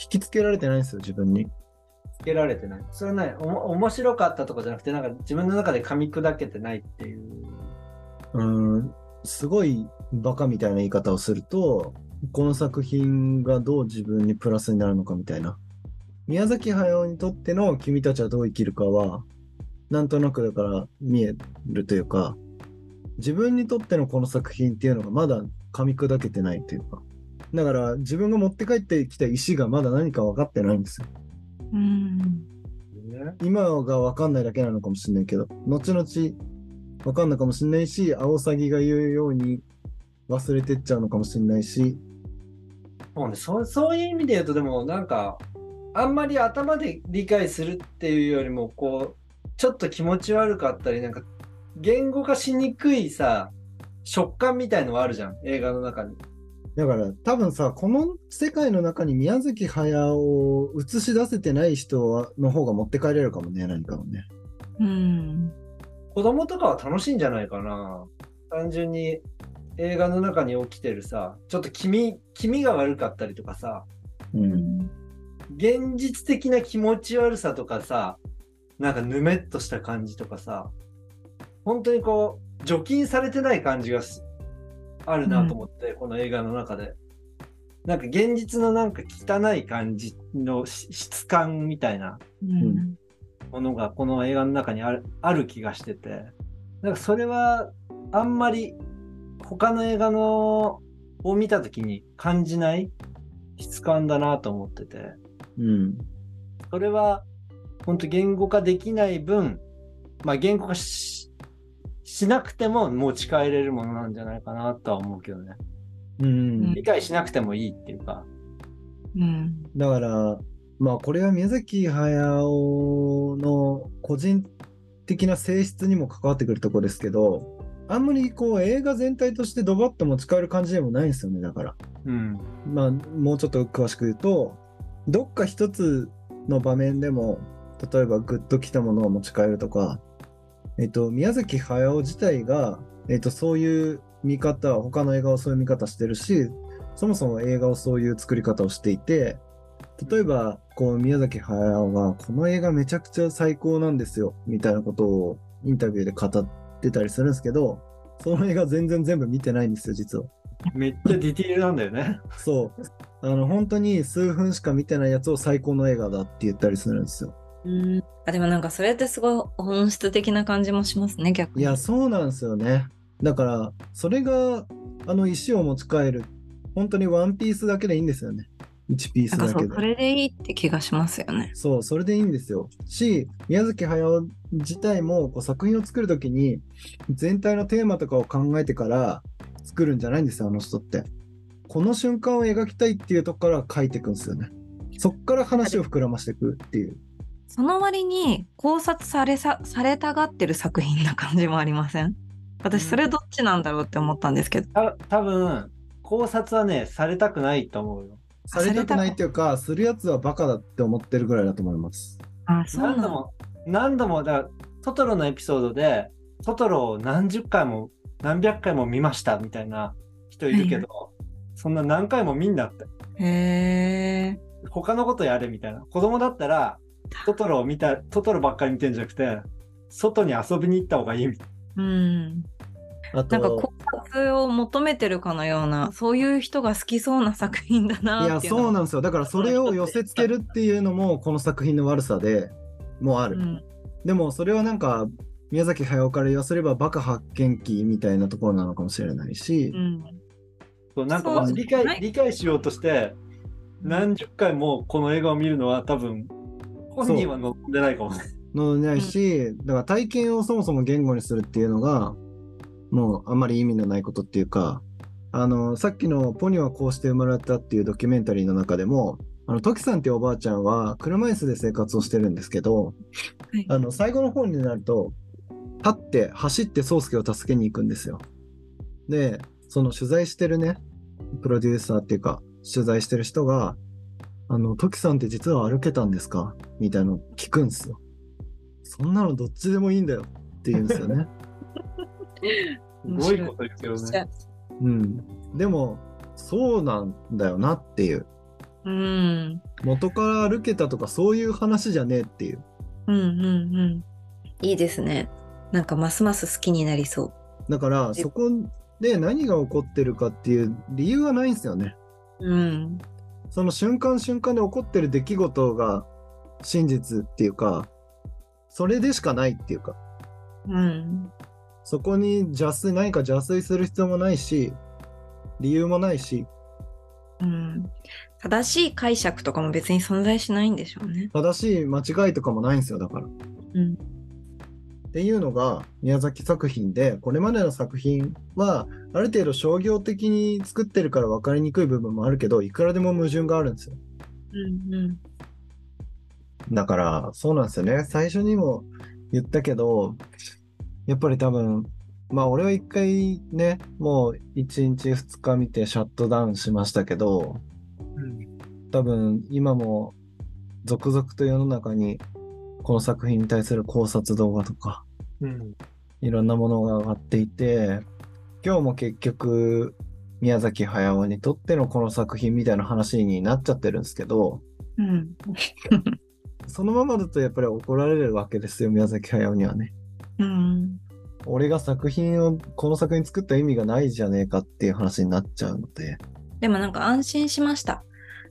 [SPEAKER 1] 引きつけられてないんですよ自分に
[SPEAKER 3] つけられてない。それはないおも面白かったとかじゃなくてなんか自分の中で噛み砕けてないっていう。
[SPEAKER 1] うーんすごいバカみたいな言い方をすると、この作品がどう自分にプラスになるのかみたいな。宮崎駿にとっての君たちはどう生きるかは、なんとなくだから見えるというか、自分にとってのこの作品っていうのがまだ噛み砕けてないというか。だから自分が持って帰ってきた石がまだ何か分かってないんですよ。
[SPEAKER 2] うん。
[SPEAKER 3] ね
[SPEAKER 1] 今が分かんないだけなのかもしれないけど、後々分かんないかもしれないし、アオサギが言うように忘れてっちゃうのかもしれないし、
[SPEAKER 3] もうねそ、そういう意味で言うと、でもなんか、あんまり頭で理解するっていうよりも、こう、ちょっと気持ち悪かったり、なんか、言語化しにくいさ、食感みたいのはあるじゃん、映画の中に。
[SPEAKER 1] だから多分さ、この世界の中に宮崎駿を映し出せてない人はの方が持って帰れるかもね、何かをね。
[SPEAKER 2] うん。
[SPEAKER 3] 子供とかは楽しいんじゃないかな。単純に映画の中に起きてるさ、ちょっと気味、気味が悪かったりとかさ、
[SPEAKER 1] うん。
[SPEAKER 3] 現実的な気持ち悪さとかさ、なんかぬめっとした感じとかさ、本当にこう、除菌されてない感じがすあるなと思って、この映画の中で。なんか現実のなんか汚い感じのし質感みたいな
[SPEAKER 2] うん。
[SPEAKER 3] ものがこの映画の中にあるある気がしててなんかそれはあんまり他の映画のを見た時に感じない質感だなと思ってて
[SPEAKER 1] うん。
[SPEAKER 3] それは本当言語化できない分まあ言語化ししなくても持ち帰れるものなんじゃないかなとは思うけどね
[SPEAKER 1] うん。
[SPEAKER 3] 理解しなくてもいいっていうか
[SPEAKER 2] うん。
[SPEAKER 1] だから、まあこれは宮崎駿の個人的な性質にも関わってくるところですけど、あんまりこう映画全体としてドバッと持ち帰る感じでもないんですよね、だから。
[SPEAKER 3] うん
[SPEAKER 1] まあもうちょっと詳しく言うと、どっか一つの場面でも、例えばグッときたものを持ち帰るとか、えっと、宮崎駿自体が、えっと、そういう見方、他の映画をそういう見方してるし、そもそも映画をそういう作り方をしていて、例えば、こう、宮崎駿が、この映画めちゃくちゃ最高なんですよ、みたいなことをインタビューで語ってたりするんですけど、その映画全然全部見てないんですよ、実は。
[SPEAKER 3] めっちゃディティールなんだよね
[SPEAKER 1] そう。あの、本当に数分しか見てないやつを最高の映画だって言ったりするんですよ。
[SPEAKER 2] うん、あでもなんかそれってすごい本質的な感じもしますね逆
[SPEAKER 1] い
[SPEAKER 2] に。
[SPEAKER 1] や、そうなんですよね。だから、それが、あの石を持ち帰る。本当にワンピースだけでいいんですよね。1ピース
[SPEAKER 2] なんか
[SPEAKER 1] だ
[SPEAKER 2] そ
[SPEAKER 1] け
[SPEAKER 2] う
[SPEAKER 1] で
[SPEAKER 2] そ。れでいいって気がしますよね。
[SPEAKER 1] そう、それでいいんですよ。し、宮崎駿自体もこう作品を作るときに、全体のテーマとかを考えてから作るんじゃないんですよ、あの人って。この瞬間を描きたいっていうとこから書いていくんですよね。そっから話を膨らましていくっていう。
[SPEAKER 2] その割に考察されさされたがってる作品な感じもありません私
[SPEAKER 3] うん
[SPEAKER 2] それどっちなんだろうって思ったんですけど。
[SPEAKER 3] た多分考察はねされたくないと思うよ
[SPEAKER 1] されたくないっていうか、するやつはバカだって思ってるぐらいだと思います。
[SPEAKER 2] あそうな
[SPEAKER 3] 何度
[SPEAKER 2] の
[SPEAKER 3] も何度もだからトトロのエピソードでトトロを何十回も何百回も見ましたみたいな人いるけど、そんな何回も見んなって
[SPEAKER 2] へえ。
[SPEAKER 3] 他のことやれみたいな子供だっ たらトトロを見たトトロばっかり見てんじゃなくて外に遊びに行った方がいいみたい
[SPEAKER 2] うん、
[SPEAKER 1] あ
[SPEAKER 2] なんか
[SPEAKER 1] と
[SPEAKER 2] 考、察を求めてるかのようなそういう人が好きそうな作品だ
[SPEAKER 1] い
[SPEAKER 2] な
[SPEAKER 1] や、
[SPEAKER 2] っていう
[SPEAKER 1] そう
[SPEAKER 2] の
[SPEAKER 1] なんですよ。だからそれを寄せつけるっていうのも、この作品の悪さでもうあ
[SPEAKER 2] う
[SPEAKER 1] る。
[SPEAKER 2] ん
[SPEAKER 1] でも、それはなんか、宮崎駿から言わせれば、バカ発見機みたいなところなのかもしれないし
[SPEAKER 2] う、ん
[SPEAKER 3] ななんか
[SPEAKER 2] そう
[SPEAKER 3] わ
[SPEAKER 2] ね
[SPEAKER 3] 理解理解しようとして何十回もこの映画を見るのは多分本人は望んでないかもね
[SPEAKER 1] のないし、だから体験をそもそも言語にするっていうのが、もうあんまり意味のないことっていうか、あの、さっきのポニョはこうして生まれたっていうドキュメンタリーの中でも、あの、トキさんっていうおばあちゃんは車椅子で生活をしてるんですけど、
[SPEAKER 2] はい
[SPEAKER 1] あの、最後の方になると、立って走って宗介を助けに行くんですよ。で、その取材してるね、プロデューサーっていうか、取材してる人が、あの、トキさんって実は歩けたんですかみたいなの聞くんですよ。そんなのどっちでもいいんだよって言うんですよね。
[SPEAKER 3] すごいことですよね
[SPEAKER 1] うん。でも、そうなんだよなっていう。
[SPEAKER 2] うん
[SPEAKER 1] 元から歩けたとかそういう話じゃねえっていう。
[SPEAKER 2] うんうんうんいいですねなんかますます好きになりそう
[SPEAKER 1] だから、そこで、何が起こってるかっていう理由はないんですよね。
[SPEAKER 2] うん。
[SPEAKER 1] その瞬間瞬間で起こってる出来事が真実っていうか、それでしかないっていうか、
[SPEAKER 2] うん。
[SPEAKER 1] そこに邪推、何か邪推する必要もないし、理由もないし、
[SPEAKER 2] うん。正しい解釈とかも別に存在しないんでしょうね。
[SPEAKER 1] 正しい間違いとかもないんですよ、だから。
[SPEAKER 2] うん。
[SPEAKER 1] っていうのが宮崎作品でこれまでの作品はある程度商業的に作ってるから分かりにくい部分もあるけどいくらでも矛盾があるんですよ
[SPEAKER 2] うんうん。
[SPEAKER 1] だからそうなんですよね最初にも言ったけどやっぱり多分まあ俺は一回ねもう1日2日見てシャットダウンしましたけど
[SPEAKER 3] うん
[SPEAKER 1] 多分今も続々と世の中にこの作品に対する考察動画とか
[SPEAKER 3] うん
[SPEAKER 1] いろんなものが上がっていて、今日も結局、宮崎駿にとってのこの作品みたいな話になっちゃってるんですけど、
[SPEAKER 2] うん。
[SPEAKER 1] そのままだとやっぱり怒られるわけですよ、宮崎駿にはね。
[SPEAKER 2] うん。
[SPEAKER 1] 俺が作品を、この作品作った意味がないじゃねえかっていう話になっちゃうので。
[SPEAKER 2] でもなんか安心しました。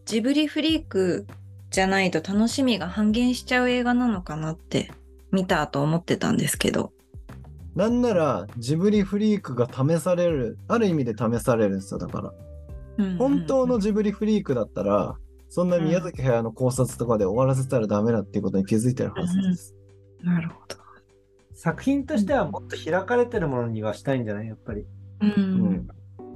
[SPEAKER 2] ジブリフリークじゃないと楽しみが半減しちゃう映画なのかなって見たと思ってたんですけど。
[SPEAKER 1] なんなら、ジブリフリークが試される、ある意味で試されるんですよ、だから。
[SPEAKER 2] うんうんうん
[SPEAKER 1] 本当のジブリフリークだったら、そんな宮崎駿の考察とかで終わらせたらダメだっていうことに気づいてるはずです。
[SPEAKER 2] なるほど。
[SPEAKER 3] 作品としてはもっと開かれてるものにはしたいんじゃないやっぱり。
[SPEAKER 2] うん。
[SPEAKER 1] うん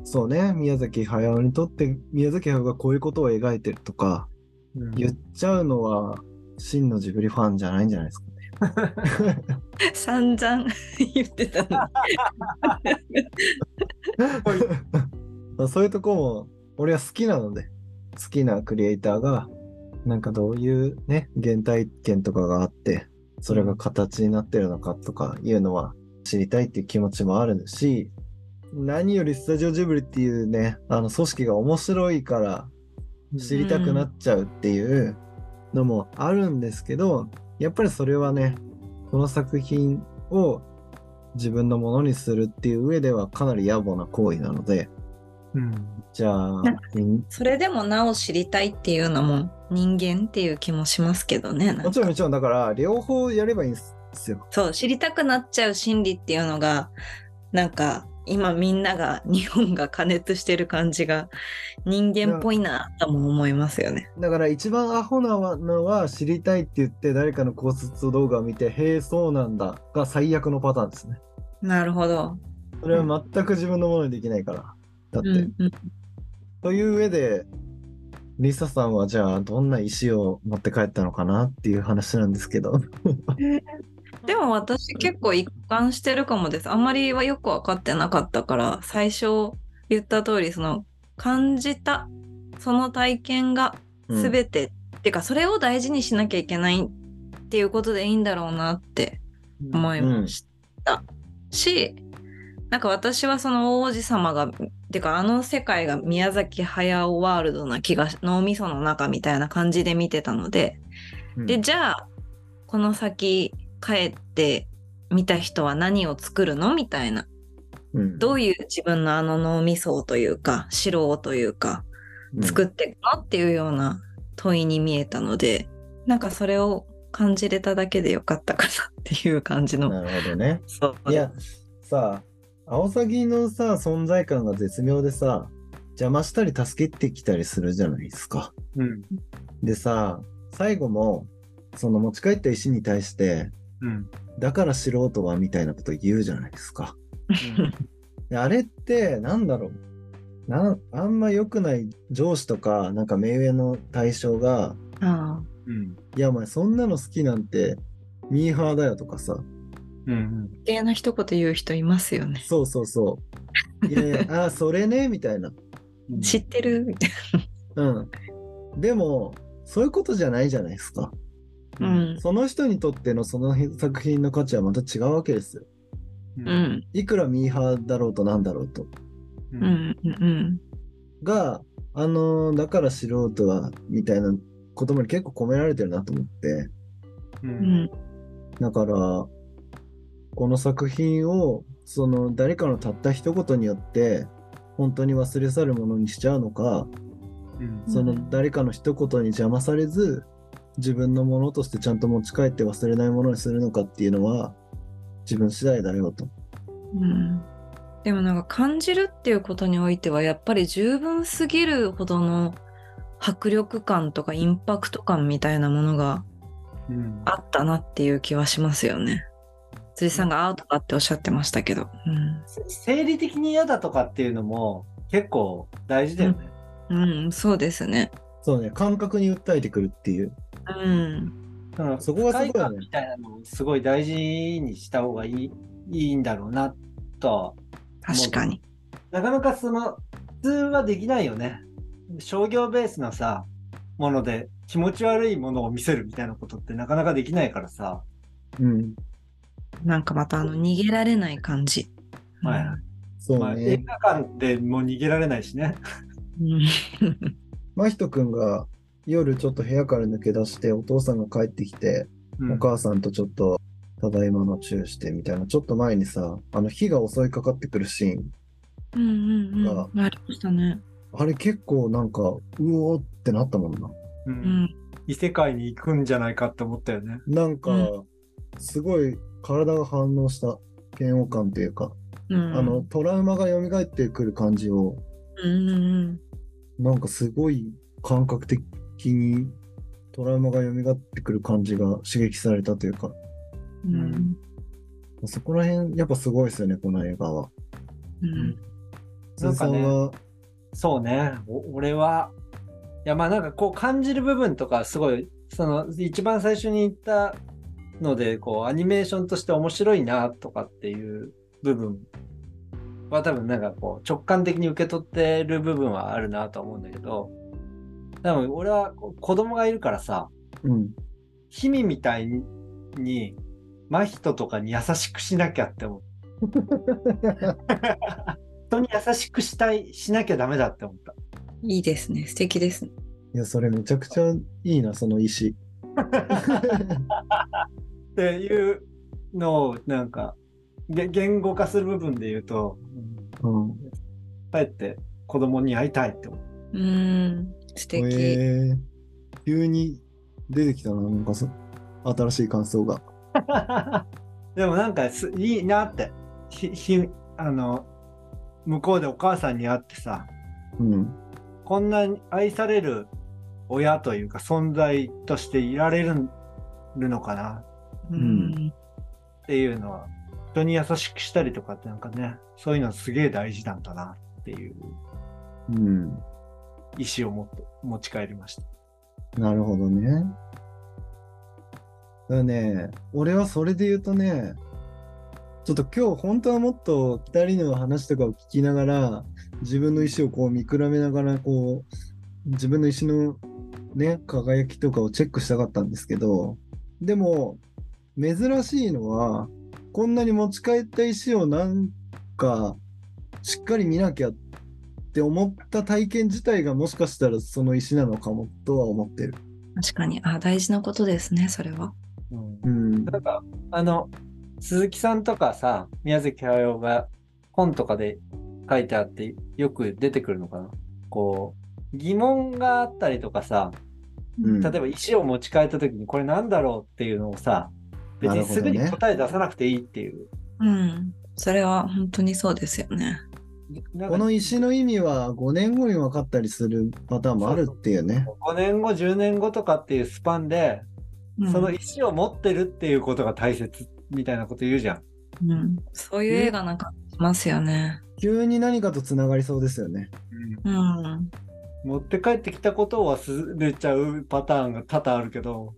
[SPEAKER 1] そうね宮崎駿にとって宮崎駿がこういうことを描いてるとか
[SPEAKER 3] うん
[SPEAKER 1] 言っちゃうのは真のジブリファンじゃないんじゃないですかね。
[SPEAKER 2] 散々言ってたの。
[SPEAKER 1] まあそういうとこも俺は好きなので好きなクリエイターがなんかどういうね原体験とかがあってそれが形になってるのかとかいうのは知りたいっていう気持ちもあるし何よりスタジオジブリっていうねあの組織が面白いから知りたくなっちゃうっていうのもあるんですけど、やっぱりそれはねこの作品を自分のものにするっていう上ではかなり野暮な行為なので
[SPEAKER 3] うん
[SPEAKER 1] じゃあ
[SPEAKER 2] なん
[SPEAKER 1] うん
[SPEAKER 2] それでもなお知りたいっていうのも人間っていう気もしますけどね。なんか
[SPEAKER 1] もちろんもちろんだから両方やればいいんですよ。
[SPEAKER 2] そう知りたくなっちゃう心理っていうのがなんか今みんなが日本が加熱してる感じが人間っぽいなとも思いますよね。
[SPEAKER 1] だから一番アホなのは知りたいって言って誰かの考察動画を見て「へえそうなんだ」が最悪のパターンですね。
[SPEAKER 2] なるほど。
[SPEAKER 1] それは全く自分のものにできないから。だって、
[SPEAKER 2] うんうん、
[SPEAKER 1] という上で、リサさんはじゃあどんな石を持って帰ったのかなっていう話なんですけど。
[SPEAKER 2] でも私結構一貫してるかもです。あんまりはよく分かってなかったから最初言った通りその感じたその体験が全て、っていうかそれを大事にしなきゃいけないっていうことでいいんだろうなって思いました、しなんか私はその王子様がてかあの世界が宮崎駿ワールドな気がし脳みその中みたいな感じで見てたので、
[SPEAKER 1] うん
[SPEAKER 2] でじゃあこの先帰って見た人は何を作るのみたいな
[SPEAKER 1] うん
[SPEAKER 2] どういう自分のあの脳みそをというか白をというか作っていくのっていうような問いに見えたのでなんかそれを感じれただけでよかったかなっていう感じ
[SPEAKER 1] う
[SPEAKER 2] の
[SPEAKER 1] んなるほどね。
[SPEAKER 2] そう
[SPEAKER 1] いや、さあ、アオサギのさ、存在感が絶妙でさ、邪魔したり助けてきたりするじゃないですか。
[SPEAKER 3] うん
[SPEAKER 1] でさ、最後も、その持ち帰った石に対して、
[SPEAKER 3] うん
[SPEAKER 1] だから素人はみたいなこと言うじゃないですか。であれって、なんだろう。なんあんま良くない上司とか、なんか目上の対象が、
[SPEAKER 2] あ
[SPEAKER 3] うん
[SPEAKER 1] いや、お前、そんなの好きなんて、ミーハーだよとかさ。
[SPEAKER 3] うん
[SPEAKER 2] あ、な一言言う人いますよね。
[SPEAKER 1] そうそうそう。いやいや、あー、それね、みたいな。
[SPEAKER 3] うん
[SPEAKER 2] 知ってるみたい
[SPEAKER 1] うん。でも、そういうことじゃないじゃないですか。
[SPEAKER 2] な。うん。
[SPEAKER 1] その人にとってのその作品の価値はまた違うわけですよ。
[SPEAKER 3] うん
[SPEAKER 2] うん。
[SPEAKER 1] いくらミーハーだろうとなんだろうと。
[SPEAKER 3] う
[SPEAKER 2] うんん。うん。
[SPEAKER 1] が、あのーだから素人は、みたいな言葉に結構込められてるなと思って。
[SPEAKER 3] う
[SPEAKER 2] うんん。
[SPEAKER 1] だから、この作品をその誰かのたった一言によって本当に忘れ去るものにしちゃうのか、
[SPEAKER 3] うん
[SPEAKER 1] そうの
[SPEAKER 2] ん
[SPEAKER 1] 誰かの一言に邪魔されず自分のものとしてちゃんと持ち帰って忘れないものにするのかっていうのは自分次第だよと。
[SPEAKER 2] うんでもなんか感じるっていうことにおいてはやっぱり十分すぎるほどの迫力感とかインパクト感みたいなものが
[SPEAKER 3] うん
[SPEAKER 2] あったなっていう気はしますよね。辻さんがアートだっておっしゃってましたけど。うん
[SPEAKER 3] せ生理的に嫌だとかっていうのも結構大事だよね。
[SPEAKER 2] うん、そうですね。
[SPEAKER 1] そうね感覚に訴えてくるっていう。
[SPEAKER 2] うん。
[SPEAKER 3] だから
[SPEAKER 1] そこがすごいよね
[SPEAKER 3] 不快感みたいなのをすごい大事にした方がいいいいんだろうなと。
[SPEAKER 2] 確かに。
[SPEAKER 3] なかなかその普通はできないよね。商業ベースのさ、もので気持ち悪いものを見せるみたいなことってなかなかできないからさ。
[SPEAKER 1] うん。
[SPEAKER 2] なんかまたあの逃げられない感じ。
[SPEAKER 3] はい
[SPEAKER 1] そう
[SPEAKER 3] まあ、映
[SPEAKER 1] ね。
[SPEAKER 3] 画館でもう逃げられないしね。
[SPEAKER 2] うん
[SPEAKER 1] まひとくんが夜ちょっと部屋から抜け出してお父さんが帰ってきて、
[SPEAKER 3] うん
[SPEAKER 1] お母さんとちょっとただいまのチューしてみたいなちょっと前にさあの火が襲いかかってくるシーン
[SPEAKER 2] うんうんうん。ありましたね。
[SPEAKER 1] あれ結構なんかうおーってなったもんな。
[SPEAKER 3] う
[SPEAKER 2] うんん。
[SPEAKER 3] 異世界に行くんじゃないかって思ったよね。
[SPEAKER 1] なんか、
[SPEAKER 2] う
[SPEAKER 1] すごい体が反応した嫌悪感というか、
[SPEAKER 2] うん
[SPEAKER 1] あの、トラウマが蘇ってくる感じを
[SPEAKER 2] うんうんうん。
[SPEAKER 1] なんかすごい感覚的にトラウマが蘇ってくる感じが刺激されたというか
[SPEAKER 2] うん
[SPEAKER 1] そこら辺やっぱすごいですよねこの映画は。
[SPEAKER 2] うん
[SPEAKER 3] なん
[SPEAKER 1] 鈴さ
[SPEAKER 3] かね
[SPEAKER 1] んは
[SPEAKER 3] そうね。お俺は、いやまあなんかこう感じる部分とかすごい、その一番最初に言ったので、こうアニメーションとして面白いなとかっていう部分は多分なんかこう直感的に受け取ってる部分はあるなと思うんだけど、多分俺はこう子供がいるからさ、
[SPEAKER 1] うん、
[SPEAKER 3] ヒミみたいに、真人とかに優しくしなきゃって思う。人に優しくしたい、しなきゃダメだって思った。
[SPEAKER 2] いいですね。素敵ですね。
[SPEAKER 1] いやそれめちゃくちゃいいなその石。
[SPEAKER 3] っていうのを、なんか、げ言語化する部分で言うと、うん
[SPEAKER 1] うん、
[SPEAKER 3] 帰って子供に会いたいって思う。
[SPEAKER 2] うん。素敵。
[SPEAKER 1] えー急に出てきたななんかそ新しい感想が。
[SPEAKER 3] でもなんかす、いいなって。ひ、ひ、あの、向こうでお母さんに会ってさ、
[SPEAKER 1] うん、
[SPEAKER 3] こんなに愛される親というか存在としていられるのかな
[SPEAKER 2] うんん。
[SPEAKER 3] っていうのは、人に優しくしたりとかってなんかね、そういうのすげえ大事なんだなっていう
[SPEAKER 1] うん
[SPEAKER 3] 意思を持って持ち帰りました。
[SPEAKER 1] なるほどね。だからね、俺はそれで言うとね、ちょっと今日本当はもっと2人の話とかを聞きながら、自分の意思をこう見比べながら、こう、自分の意思のね、輝きとかをチェックしたかったんですけど、でも、珍しいのは、こんなに持ち帰った石をなんか、しっかり見なきゃって思った体験自体がもしかしたらその石なのかもとは思ってる。
[SPEAKER 2] 確かに。あ、大事なことですね。それは。
[SPEAKER 3] うん
[SPEAKER 1] うん。
[SPEAKER 3] なんか、あの、鈴木さんとかさ、宮崎駿が本とかで書いてあってよく出てくるのかなこう、疑問があったりとかさ、
[SPEAKER 1] うん
[SPEAKER 3] 例えば石を持ち帰った時にこれなんだろうっていうのをさ別にすぐに
[SPEAKER 1] なるほ
[SPEAKER 3] 答え出さなくていいっていう、
[SPEAKER 2] うん。それは本当にそうですよね。
[SPEAKER 3] なんか
[SPEAKER 1] この石の意味は5年後に分かったりするパターンもあるっていうね。
[SPEAKER 3] 5年後10年後とかっていうスパンで、
[SPEAKER 2] うん
[SPEAKER 3] その石を持ってるっていうことが大切みたいなこと言うじゃん
[SPEAKER 2] うんそういう映画なんかしますよね。
[SPEAKER 1] 急に何かとつながりそうですよね。
[SPEAKER 2] うん。
[SPEAKER 3] 持って帰ってきたことを忘れちゃうパターンが多々あるけど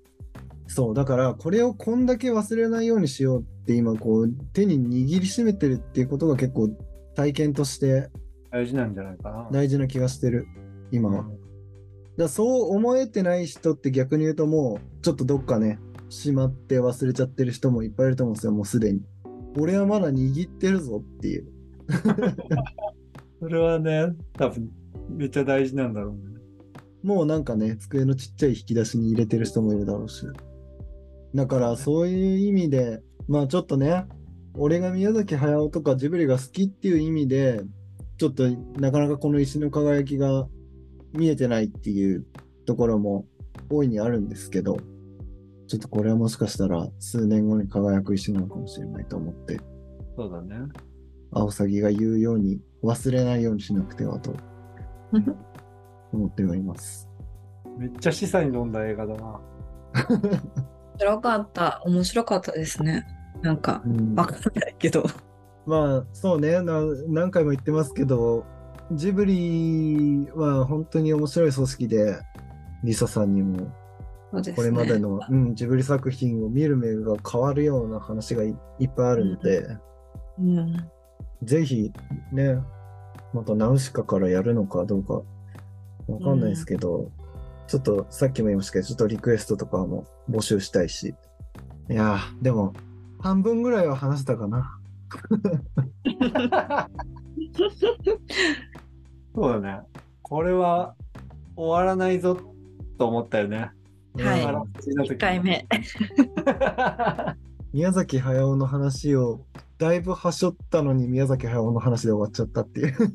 [SPEAKER 1] そう、だからこれをこんだけ忘れないようにしようって今こう手に握りしめてるっていうことが結構体験として
[SPEAKER 3] 大事なんじゃないかな。
[SPEAKER 1] 大事な気がしてる、今は。だからそう思えてない人って逆に言うともうちょっとどっかね、しまって忘れちゃってる人もいっぱいいると思うんですよ、もうすでに。俺はまだ握ってるぞっていう。
[SPEAKER 3] それはね多分めっちゃ大事なんだろうね。
[SPEAKER 1] もうなんかね、机のちっちゃい引き出しに入れてる人もいるだろうし。だからそういう意味で、まあちょっとね、俺が宮崎駿とかジブリが好きっていう意味で、ちょっとなかなかこの石の輝きが見えてないっていうところも大いにあるんですけど、ちょっとこれはもしかしたら数年後に輝く石なのかもしれないと思って、
[SPEAKER 3] そうだね。
[SPEAKER 1] アオサギが言うように忘れないようにしなくて はと思っております。
[SPEAKER 3] めっちゃ示唆に飲んだ映画だな。
[SPEAKER 2] 白かった。面白かったですね。なんか、
[SPEAKER 1] うん
[SPEAKER 2] わかんないけど。
[SPEAKER 1] まあそうねな何回も言ってますけどジブリは本当に面白い組織でリサさんにも
[SPEAKER 2] そうですね。
[SPEAKER 1] これまで の、うん、ジブリ作品を見る目が変わるような話がいいっぱいあるので、
[SPEAKER 2] うん。
[SPEAKER 1] ぜひねまたナウシカからやるのかどうかわかんないですけど、ちょっとさっきも言いましたけどちょっとリクエストとかも募集したいしいやーでも半分ぐらいは話したかな
[SPEAKER 3] そうだね。これは終わらないぞと思ったよね。
[SPEAKER 2] はい
[SPEAKER 1] うん
[SPEAKER 2] 1回 目。
[SPEAKER 1] 宮崎駿の話をだいぶはしょったのに宮崎駿の話で終わっちゃったっていう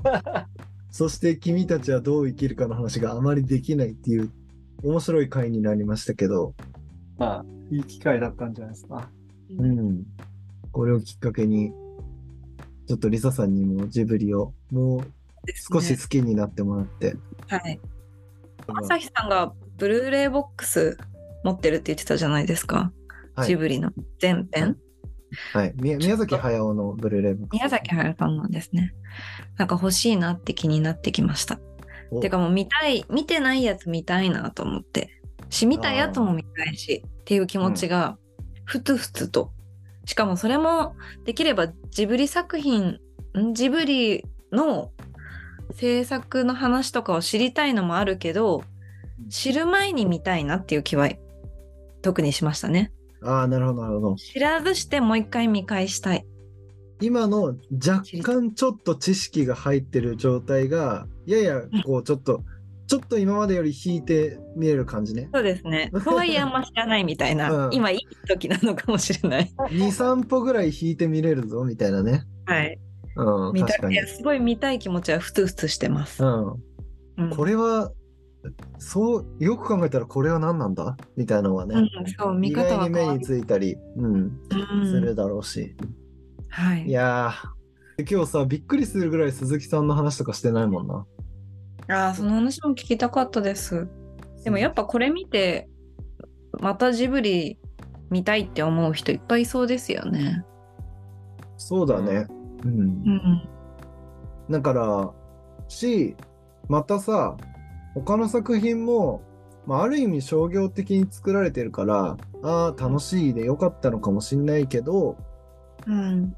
[SPEAKER 1] そして君たちはどう生きるかの話があまりできないっていう面白い回になりましたけど、
[SPEAKER 3] まあ、いい機会だったんじゃないですか。
[SPEAKER 1] うん、これをきっかけにちょっとリサさんにもジブリをもう少し
[SPEAKER 2] で
[SPEAKER 1] 好
[SPEAKER 2] す
[SPEAKER 1] きになってもらって、
[SPEAKER 2] ね。はい。朝日さんがブルーレイボックス持ってるって言ってたじゃないですか。
[SPEAKER 1] はい
[SPEAKER 2] ジブリの全編。
[SPEAKER 1] はい、み宮崎駿のブルーレイボックス
[SPEAKER 2] 宮崎駿さんなんですね。なんか欲しいなって気になってきました。
[SPEAKER 1] お
[SPEAKER 2] てかもう見たい、見てないやつ見たいなと思って。し、見たやつも見たいしっていう気持ちがふつふつと。しかもそれもできればジブリ作品、んジブリの制作の話とかを知りたいのもあるけど、知る前に見たいなっていう気は特にしましたね。
[SPEAKER 1] ああなるほどなるほど
[SPEAKER 2] 知らずしてもう一回見返したい。
[SPEAKER 1] 今の若干ちょっと知識が入ってる状態がややこうちょっとちょっと今までより引いて見える感じね
[SPEAKER 2] そうです ね。とはいえあんま知らないみたいな、
[SPEAKER 1] うん
[SPEAKER 2] 今いい時なのかもしれない。
[SPEAKER 1] 23歩ぐらい引いて見れるぞみたいなね
[SPEAKER 2] はい。
[SPEAKER 1] うん
[SPEAKER 2] 見た
[SPEAKER 1] 確か
[SPEAKER 2] いい
[SPEAKER 1] に、
[SPEAKER 2] やすごい見たい気持ちはふつふつしてます。
[SPEAKER 1] う
[SPEAKER 2] う
[SPEAKER 1] ん、
[SPEAKER 2] ん
[SPEAKER 1] これはそうよく考えたらこれは何なんだみたいなのは
[SPEAKER 2] う
[SPEAKER 1] ね
[SPEAKER 2] ん、、そう見
[SPEAKER 1] 意
[SPEAKER 2] 方
[SPEAKER 1] 外
[SPEAKER 2] は
[SPEAKER 1] に
[SPEAKER 2] 変
[SPEAKER 1] 目
[SPEAKER 2] わ
[SPEAKER 1] に
[SPEAKER 2] る。
[SPEAKER 1] ついたり、うん、
[SPEAKER 2] うん
[SPEAKER 1] するだろうし、
[SPEAKER 2] はいい。
[SPEAKER 1] やー今日さびっくりするぐらい鈴木さんの話とかしてないもんな
[SPEAKER 2] ああその話も聞きたかったです。でもやっぱこれ見てまたジブリ見たいって思う人いっぱいいそうですよね。
[SPEAKER 1] そうだねうん
[SPEAKER 2] うん。
[SPEAKER 1] だからしまたさ他の作品も、まあ、ある意味商業的に作られてるからああ楽しいでよかったのかもしんないけど
[SPEAKER 2] うん。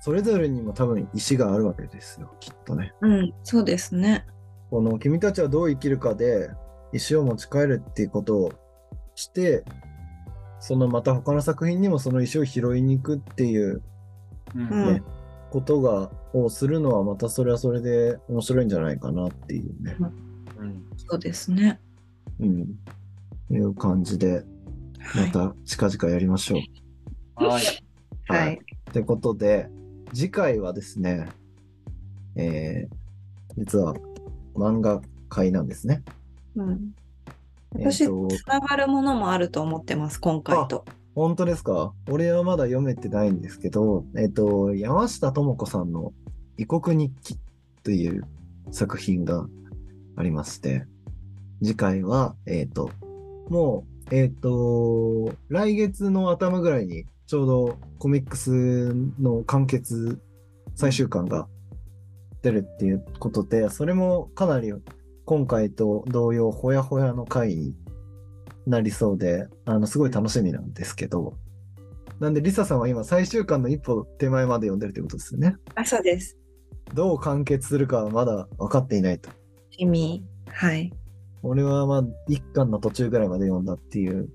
[SPEAKER 1] それぞれにも多分石があるわけですよきっとね。
[SPEAKER 2] うん。そうですね。
[SPEAKER 1] この「君たちはどう生きるか」で石を持ち帰るっていうことをしてそのまた他の作品にもその石を拾いに行くっていう
[SPEAKER 3] う。
[SPEAKER 2] うんん
[SPEAKER 1] ね。ことがをするのはまたそれはそれで面白いんじゃないかなっていうね。
[SPEAKER 3] うん
[SPEAKER 2] そうですね。
[SPEAKER 1] うん、いう感じで、
[SPEAKER 2] は
[SPEAKER 1] ま
[SPEAKER 2] い。
[SPEAKER 1] た近々やりましょう。
[SPEAKER 3] はい。
[SPEAKER 2] はい。
[SPEAKER 1] ってことで、次回はですね、えー、実は漫画会なんですね。
[SPEAKER 2] うん。
[SPEAKER 1] え
[SPEAKER 2] 私
[SPEAKER 1] ーと
[SPEAKER 2] つながるものもあると思ってます今回と。
[SPEAKER 1] 本当ですか俺はまだ読めてないんですけど、えっ、と、山下智子さんの異国日記という作品がありまして、次回は、えっ、と、もう、えっ、と、来月の頭ぐらいに、ちょうどコミックスの完結最終巻が出るっていうことで、それもかなり今回と同様、ほやほやの回になりそうで、あの、すごい楽しみなんですけど、なんで、リサさんは今、最終巻の一歩手前まで読んでるってことですよね。
[SPEAKER 2] あそうです。
[SPEAKER 1] どう完結するかはまだ分かっていないと。
[SPEAKER 2] 意味はい。
[SPEAKER 1] 俺はまあ、一巻の途中ぐらいまで読んだっていう、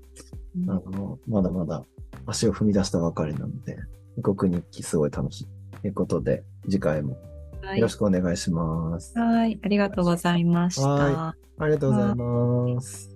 [SPEAKER 1] あの、まだまだ足を踏み出したばかりなので、異国日記すごい楽しい。ということで、次回も
[SPEAKER 2] は
[SPEAKER 1] よ
[SPEAKER 2] い
[SPEAKER 1] ろ。しくお願いします。
[SPEAKER 2] はい。ありがとうございました。
[SPEAKER 1] はありがとうございます。